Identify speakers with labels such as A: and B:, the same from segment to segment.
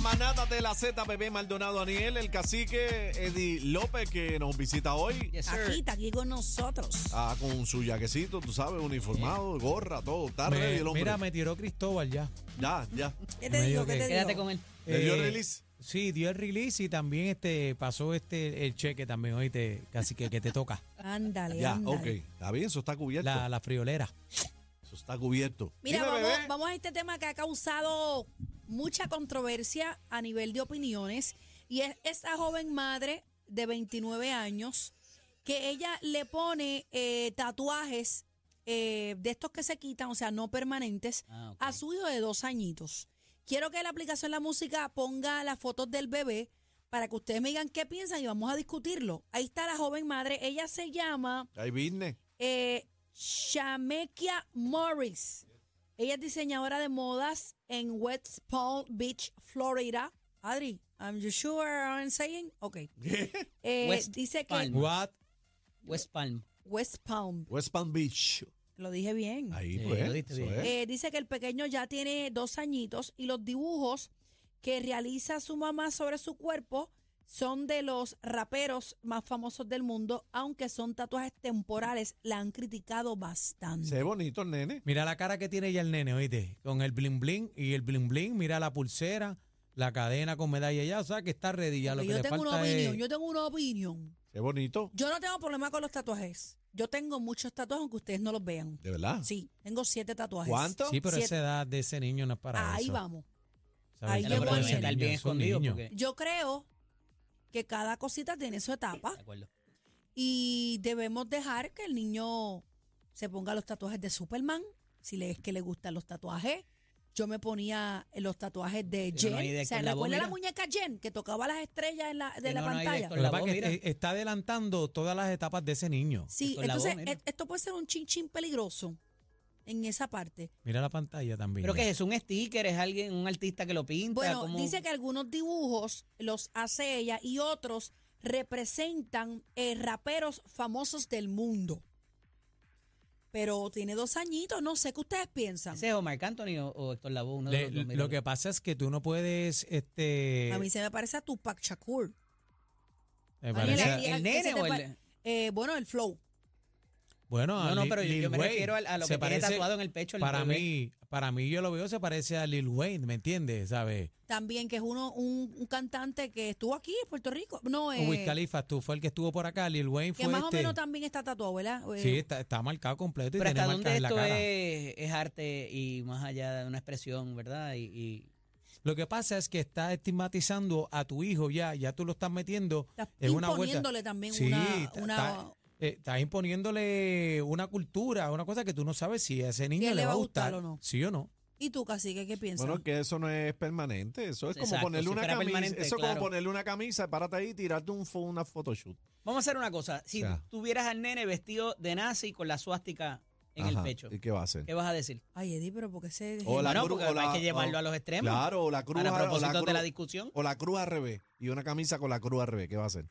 A: manada de la Z, bebé Maldonado Aniel, el cacique Eddie López que nos visita hoy.
B: Yes, sir.
C: Aquí, está aquí con nosotros.
A: Ah, con su jaquecito, tú sabes, uniformado, gorra, todo. Está
D: Me-
A: ready el hombre.
D: mira, me tiró Cristóbal ya.
A: Ya, ya.
C: ¿Qué te
D: Me
C: digo?
D: dijo
C: ¿Qué
D: que-
C: te
B: Quédate
C: digo?
B: con él.
A: ¿Le
D: Eh,
A: dio release?
D: Sí, dio el release y también este pasó este el cheque también, oíste, casi que, que te toca.
C: Ándale,
A: Ya,
C: ándale.
A: ok. Está bien, eso está cubierto.
D: La, la friolera.
A: Eso está cubierto.
C: Mira,
A: Dime,
C: vamos,
A: bebé.
C: vamos a este tema que ha causado mucha controversia a nivel de opiniones. Y es esta joven madre de 29 años que ella le pone eh, tatuajes eh, de estos que se quitan, o sea, no permanentes,
B: Ah, ok.
C: a su hijo de dos añitos. Quiero que la aplicación La Música ponga las fotos del bebé para que ustedes me digan qué piensan y vamos a discutirlo. Ahí está la joven madre. Ella se llama
A: Hay business.
C: eh, Shamekia Morris. Ella es diseñadora de modas en West Palm Beach, Florida. Adri, I'm you sure I'm saying? Ok. Eh,
B: West
C: dice que
A: Mm.
B: Palm.
D: What?
B: West Palm.
C: West Palm,
A: West Palm Beach.
C: lo dije bien.
A: Ahí,
D: Sí,
A: pues.
D: lo diste
A: eso
D: bien.
A: es.
C: Eh, dice que el pequeño ya tiene dos añitos y los dibujos que realiza su mamá sobre su cuerpo son de los raperos más famosos del mundo, aunque son tatuajes temporales. La han criticado bastante.
A: Se ve bonito el nene.
D: Mira la cara que tiene ya el nene, oíste, con el bling bling y el bling bling, mira la pulsera, la cadena con medalla ya, o sea que está ready ya. Lo que
C: yo
D: le
C: tengo
D: falta
C: una opinión,
D: es-
C: yo tengo una opinión.
A: Se ve bonito.
C: Yo no tengo problema con los tatuajes. Yo tengo muchos tatuajes aunque ustedes no los vean.
A: ¿De verdad?
C: Sí, tengo siete tatuajes.
A: ¿Cuánto?
D: Sí, pero
C: Siete.
D: esa edad de ese niño no es para
C: Ahí
D: eso.
C: vamos.
D: ¿Sabes?
C: ahí
D: Esa
C: yo
D: edad
C: voy.
D: de ese
C: Estar
D: niño,
B: bien
D: son
B: escondido
D: niños.
B: porque-
C: Yo creo que cada cosita tiene su etapa
B: De acuerdo.
C: y debemos dejar que el niño se ponga los tatuajes de Superman, si le es que le gustan los tatuajes. Yo me ponía los tatuajes de
B: Pero
C: Jen.
B: no hay de-
C: o sea,
B: con la voz,
C: recuerda la
B: mira.
C: muñeca Jen que tocaba las estrellas en la, de
B: Sí,
C: la
B: no, no hay de-
C: pantalla.
B: con
D: Lo que
B: la
D: pasa
B: voz,
D: es que
B: mira.
D: este- está adelantando todas las etapas de ese niño.
C: Sí,
B: Con la
C: entonces
B: voz, mira.
C: e- esto puede ser un chin chin peligroso en esa parte.
D: Mira la pantalla también.
B: Pero
D: ya.
B: que es un sticker, es alguien, un artista que lo pinta.
C: Bueno,
B: ¿cómo?
C: dice que algunos dibujos los hace ella y otros representan eh, raperos famosos del mundo. Pero tiene dos añitos, no sé qué ustedes piensan.
B: ¿Ese es Omar Anthony o, o Héctor Lavoe? uno de
D: Le-
B: los dos, mira.
D: lo que pasa es que tú no puedes, este,
C: A mí se me parece a Tupac Shakur.
D: me
C: a mí
D: parece-
C: la-
B: ¿El
C: ¿qué
B: nene
C: se te
B: o el-
C: pare- eh, bueno, el flow.
D: bueno, a
B: No, no,
D: Lil-
B: pero yo- yo
D: Lil
B: me
D: Wayne.
B: refiero al- a lo
D: Se
B: que tiene tatuado en el pecho el
D: para
B: bebé.
D: mí, para mí yo lo veo se parece a Lil Wayne, ¿me entiendes? ¿Sabes?
C: También, que es uno un, un cantante que estuvo aquí en Puerto Rico. No, eh,
D: Wiz Khalifa, tú fue el que estuvo por acá, Lil Wayne
C: que
D: fue
C: más o
D: este.
C: menos también está tatuado, ¿verdad? Eh,
D: sí, está, está marcado completo y
B: Pero
D: tiene
B: hasta
D: marcas
B: dónde
D: en la
B: esto
D: cara.
B: es, es arte y más allá de una expresión, ¿verdad? Y, y-
D: Lo que pasa es que está estigmatizando a tu hijo ya, ya tú lo estás metiendo
C: Estás
D: en una vuelta.
C: imponiéndole también
D: Sí,
C: una,
D: está-
C: una-
D: está- eh, estás imponiéndole una cultura, una cosa que tú no sabes si a ese niño
C: él
D: le va a gustar,
C: o no.
D: sí o no.
C: ¿Y tú, Cacique, qué piensas?
A: Bueno, que eso no es permanente. Eso es como
B: Exacto,
A: ponerle
B: si
A: una
B: fuera
A: camisa.
B: permanente,
A: Eso es
B: claro.
A: como ponerle una camisa, párate ahí y tirarte un, fo- una photoshoot.
B: Vamos a hacer una cosa. Si
A: Ya.
B: tuvieras al nene vestido de nazi con la suástica en el
A: Ajá,
B: pecho,
A: ¿Y qué va a hacer?
B: ¿qué vas a decir?
C: Ay, Eddie, pero porque se...
A: O la
B: Bueno,
A: cru-
B: porque
A: o la-
B: hay que llevarlo
A: o-
B: a los extremos.
A: Claro, o la cruz
B: Para
A: a- o la
B: propósito de
A: cruz-
B: la discusión.
A: o la cruz al revés. Y una camisa con la cruz al revés. ¿Qué va a hacer?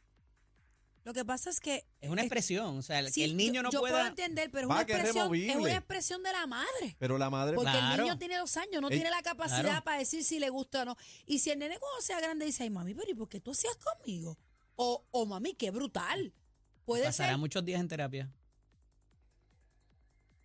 C: Lo que pasa es que...
B: Es una expresión. O sea, el-
C: sí,
B: que el niño
C: yo-
B: no
C: yo puedo
B: pueda.
C: entender, pero es
A: Va,
C: una,
A: que es
C: expresión, es
A: removible.
C: una expresión de la madre.
A: Pero la madre.
C: Porque el
B: Claro.
C: niño tiene dos años, no
A: Ey,
C: tiene la capacidad
B: claro.
C: para decir si le gusta o no. Y si el nene cuando sea grande dice, ay, mami, pero ¿y por qué tú hacías conmigo? O, o mami, qué brutal. Puede
B: Pasará
C: ser.
B: muchos días en terapia.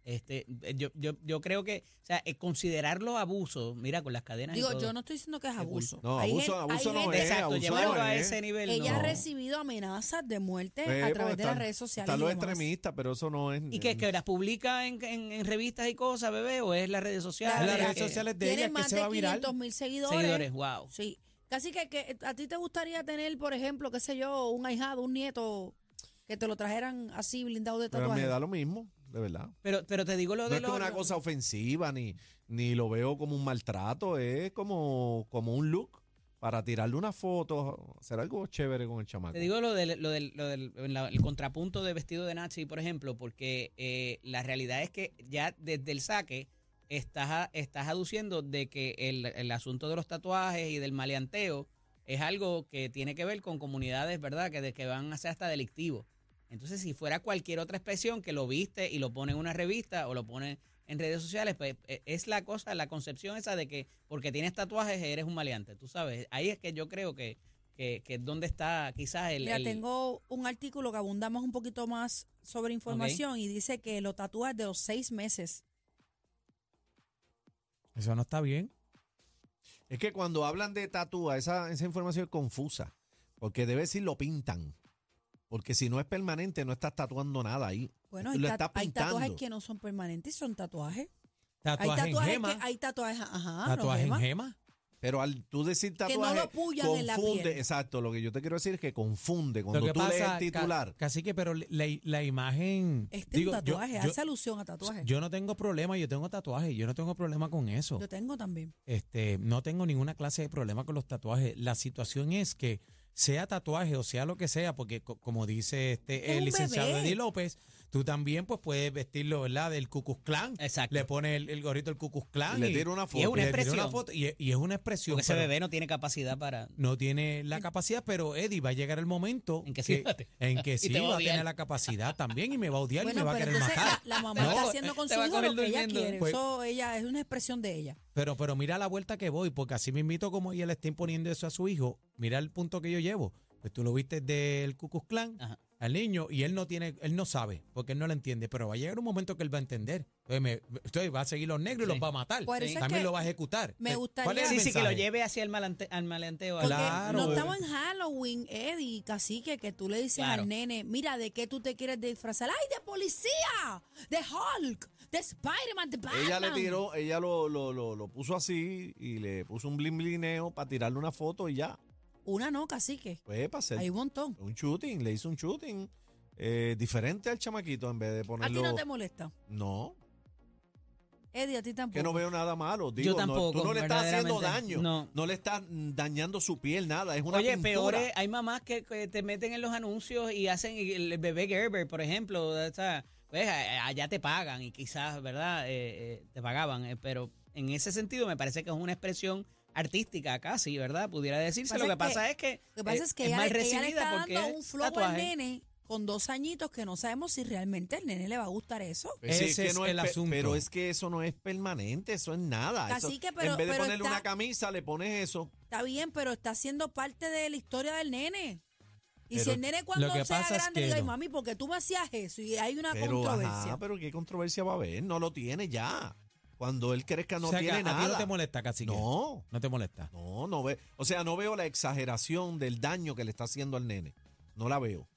B: Este, eh, yo, yo, yo creo que, o sea, eh, considerar los abusos, mira, con las cadenas. y
C: Digo,
B: todo.
C: yo no estoy diciendo que es
B: Qué
C: abuso.
A: No,
C: Hay
A: abuso-
C: gen-
A: abuso
C: hay
A: no
C: gente-
A: es,
B: Exacto,
A: Pues, abuso
B: llevarlo
A: no
B: a
A: es.
B: ese nivel.
C: Ella
B: no.
C: ha recibido amenazas de muerte
A: Eh,
C: a
A: pues,
C: través de
A: están-
C: las redes sociales.
A: Están
C: y
A: los
C: demás.
A: extremistas, pero eso no es.
B: ¿Y que, que las publica en, en- en revistas y cosas, bebé? ¿O es las redes sociales?
C: Claro,
D: En las
C: mira,
D: redes
B: que-
D: sociales de
C: Tiene
D: ella que
C: más
D: se
C: de
D: va viral.
C: 500 mil seguidores.
B: Seguidores, wow.
C: Sí. Casi que, que a ti te gustaría tener, por ejemplo, qué sé yo, un ahijado, un nieto, que te lo trajeran así blindado de
A: Pero me
C: tatuaje.
A: da lo mismo, de verdad.
B: Pero, pero te digo lo
A: No
B: de
A: es que
B: los-
A: una cosa ofensiva, ni, ni lo veo como un maltrato, es como, como un look para tirarle una foto, hacer algo chévere con el chamaco.
B: Te digo lo del, lo del- lo del- en la- el contrapunto de vestido de Nazi, por ejemplo, porque eh, la realidad es que ya desde el saque estás, a- estás aduciendo de que el, el asunto de los tatuajes y del maleanteo es algo que tiene que ver con comunidades, ¿verdad? Que, de- que van a ser hasta delictivos. Entonces, si fuera cualquier otra expresión que lo viste y lo pone en una revista o lo pone en redes sociales, pues eh, es la cosa, la concepción esa de que porque tienes tatuajes eres un maleante, tú sabes. Ahí es que yo creo que, que, que es donde está quizás el...
C: Mira,
B: el-
C: tengo un artículo que abundamos un poquito más sobre información y dice que lo tatúas de los seis meses.
D: Eso no está bien.
A: Es que cuando hablan de tatúa, esa, esa información es confusa. Porque debe decir lo pintan. Porque si no es permanente, no estás tatuando nada ahí.
C: Bueno,
A: Tú
C: hay,
A: lo
C: tat-
A: estás
C: hay tatuajes
A: pintando.
C: que no son permanentes, son tatuajes.
D: Tatuaje
C: hay
D: en
C: tatuajes
D: gema.
C: que hay tatuajes, ajá, no
D: tatuaje en
C: gema.
D: gema.
A: Pero al tú decir
C: no
A: tatuaje,
C: lo puyan en la
A: confunde.
C: piel.
A: Exacto, lo que yo te quiero decir es que confunde.
D: Lo
A: Cuando
D: que
A: tú lees el
D: ca-
A: titular,
D: Cacique, pero la, la imagen.
C: Este
D: digo,
C: es
D: yo-
C: un tatuaje,
D: yo-
C: hace alusión a tatuajes. Yo,
D: Yo no tengo problema, yo tengo tatuaje, yo no tengo problema con eso.
C: tengo también.
D: Este, no tengo ninguna clase de problema con los tatuajes. La situación es que sea tatuaje o sea lo que sea, porque co- como dice este
C: Es
D: el
C: un
D: licenciado
C: bebé.
D: Eddie López, tú también pues puedes vestirlo, ¿verdad? Del Cucus Clan.
B: Exacto.
D: Le pones el, el gorrito del Cucus Clan.
A: le tiro una
B: y es
A: foto.
B: una
D: le tira
B: expresión.
D: foto y, es- y es una expresión.
B: porque ese
D: pero
B: bebé no tiene capacidad para...
D: No tiene la capacidad, pero Eddie va a llegar el momento
B: En que sí va a tener.
D: en que
B: Y
D: sí
B: te va a
D: va a
B: odiar.
D: tener la capacidad también y me va a odiar y
C: Bueno,
D: me va a
C: pero
D: querer
C: entonces la,
B: ah,
D: matar.
C: la mamá
D: No,
C: está haciendo con
B: te
C: su
B: va a
C: hijo
B: coger
C: lo que ella
B: durmiendo.
C: quiere.
D: Pues-
C: Eso ella es una expresión de ella.
D: Pero, pero mira la vuelta que voy, porque así me invito como ella le está imponiendo eso a su hijo. Mira el punto que yo llevo. Pues tú lo viste del Cucus Clan
B: Ajá.
D: al niño y él no tiene, él no sabe, porque él no lo entiende, pero va a llegar un momento que él va a entender. Entonces, me- entonces va a seguir los negros y
B: Sí.
D: los va a matar.
C: Por
B: Sí.
C: eso es
D: También
C: que
D: lo va a ejecutar.
C: me
D: Entonces,
C: gustaría-
D: ¿cuál es el
B: Sí, sí, que lo
D: mensaje?
B: lleve hacia el malante- al malanteo.
C: Porque
D: Claro.
C: no estamos en Halloween, Eddie, cacique, que tú le dices
B: Claro.
C: al nene, mira, ¿de qué tú te quieres disfrazar? ¡Ay, de policía! ¡De Hulk! ¡De Spider-Man! ¡De Batman!
A: Ella le tiró, ella lo, lo, lo, lo puso así y le puso un blin blineo para tirarle una foto y ya.
C: Una no, cacique.
A: Pues para hacer
C: Hay un montón.
A: un shooting, le hizo un shooting eh, diferente al chamaquito en vez de
C: A ti
A: ponerlo.
C: no te molesta.
A: no,
C: Eddie, a ti tampoco.
A: que no veo nada malo. Digo, no,
B: tampoco,
A: tú no le estás haciendo
B: verdaderamente,
A: daño.
B: no.
A: No. le estás mm, dañando su piel, nada. Es una
B: Oye,
A: pintura.
B: peor es, hay mamás que, que te meten en los anuncios y hacen el bebé Gerber, por ejemplo, o sea, pues, a- allá te pagan y quizás, ¿verdad? Eh, eh, te pagaban, eh, pero en ese sentido me parece que es una expresión artística casi, ¿verdad? Pudiera decirse. Lo que pasa es que,
C: Lo que pasa
B: eh,
C: es que ella,
B: mal
C: le- ella le
B: recibida
C: está
B: porque
C: dando
B: es
C: un flow al
B: tatuaje.
C: nene con dos añitos que no sabemos si realmente al nene le va a gustar eso.
A: Pues sí,
D: Ese
A: que
D: es
A: no es
D: el
A: pe-
D: asunto.
A: Pero es que eso no es permanente, eso es nada. Eso-
C: Cacique, pero-
A: en vez de
C: pero
A: ponerle
C: está-
A: una camisa, le pones eso.
C: Está bien, pero está siendo parte de la historia del nene. Y si
A: Pero
C: el nene cuando
D: lo que
C: sea
D: pasa es
C: grande
D: que
C: diga, "Ay,
D: no".
C: mami, porque tú me hacías eso y hay una
A: Pero,
C: controversia.
A: ajá, pero qué controversia va a haber. No lo tiene ya. Cuando él crezca, no
D: O sea, que
A: tiene
D: a- A ti
A: nada.
D: no te molesta, casi
A: no.
D: No te molesta.
A: No, no ve, o sea, no veo la exageración del daño que le está haciendo al nene. No la veo.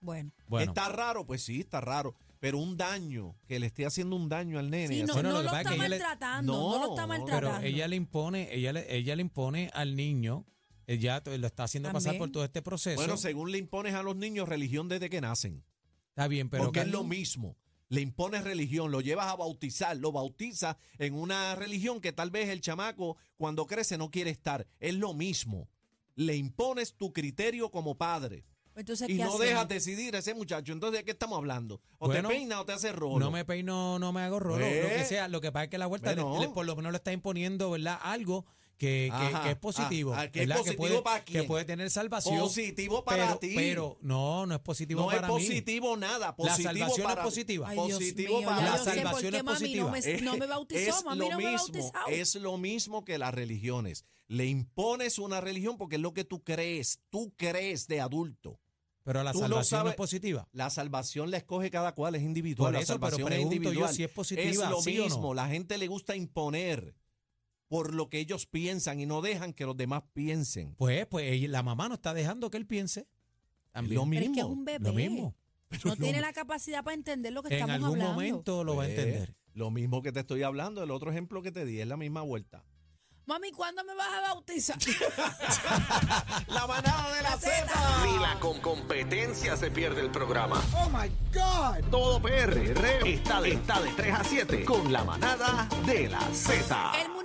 C: Bueno,
D: Bueno,
B: Este,
A: Está raro, pues sí, está raro, pero un daño que le esté haciendo un daño al nene.
C: sí, no,
A: así-
D: Bueno,
C: no
D: lo que
C: lo,
D: pasa es
C: está
D: que ella le-
C: maltratando, no, lo está
A: No, pero
D: pero
C: maltratando.
D: ella le impone, ella le, ella le impone al niño, ella t- lo está haciendo pasar
C: También.
D: por todo este proceso.
A: bueno, según le impones a los niños religión desde que nacen,
D: está bien, pero
A: porque
D: que
A: es lo mismo. Le impones religión, lo llevas a bautizar, lo bautizas en una religión que tal vez el chamaco cuando crece no quiere estar. Es lo mismo. Le impones tu criterio como padre
C: Entonces,
A: y
C: ¿qué
A: no
C: hacemos?
A: dejas decidir a ese muchacho. Entonces, ¿de qué estamos hablando? O
D: Bueno,
A: te peina o te hace rolo.
D: No me peino, no me hago rolo,
A: Pues.
D: lo que sea. Lo que pasa es que la vuelta, le-
A: Bueno.
D: le- por lo menos le está imponiendo, ¿verdad? Algo que, que-
A: Ajá,
D: que es positivo.
A: ah, ah, que es
D: ¿verdad?
A: positivo
D: puede,
A: para quién.
D: que puede tener salvación.
A: Positivo
D: pero,
A: para ti.
D: pero no, no es positivo
A: no
D: para
A: es
D: mí.
A: positivo nada. Positivo
D: salvación
A: para
D: es positiva.
C: Ay, Dios
A: positivo
C: mío,
A: para
C: ya
D: La
C: yo sé por
D: salvación
C: qué
D: es
C: mami no me-
A: Es-
C: No me, bautizó,
A: Eh, es
C: mami
A: lo
C: no me
A: mismo,
C: bautizó.
A: es lo mismo que las religiones. Le impones una religión porque es lo que tú crees. Tú crees de adulto.
D: Pero la
A: Tú no
D: salvación no, es
A: sabes-
D: positiva.
A: La salvación la escoge cada cual, es individual.
D: Por
A: la
D: eso, pero
A: salvación es
D: pregunto yo
A: individual.
D: si es positiva.
A: es lo
D: ¿sí o no?
A: mismo. La gente le gusta imponer por lo que ellos piensan y no dejan que los demás piensen.
D: Pues, pues ella- la mamá no está dejando que él piense.
A: Es lo
D: También.
C: Pero es
A: mismo.
C: que es un bebé.
D: Lo mismo.
C: No tiene la capacidad para entender lo que
D: En
C: estamos
D: algún
C: hablando.
D: momento lo va a
A: Pues,
D: entender.
A: Lo mismo que te estoy hablando, el otro ejemplo que te di es la misma vuelta.
C: Mami, ¿cuándo me vas a bautizar?
A: La manada de la Z.
E: Ni la con competencia se pierde el programa. Oh my God. Todo PR está de, está de 3 a 7 con la manada de la Z.
C: El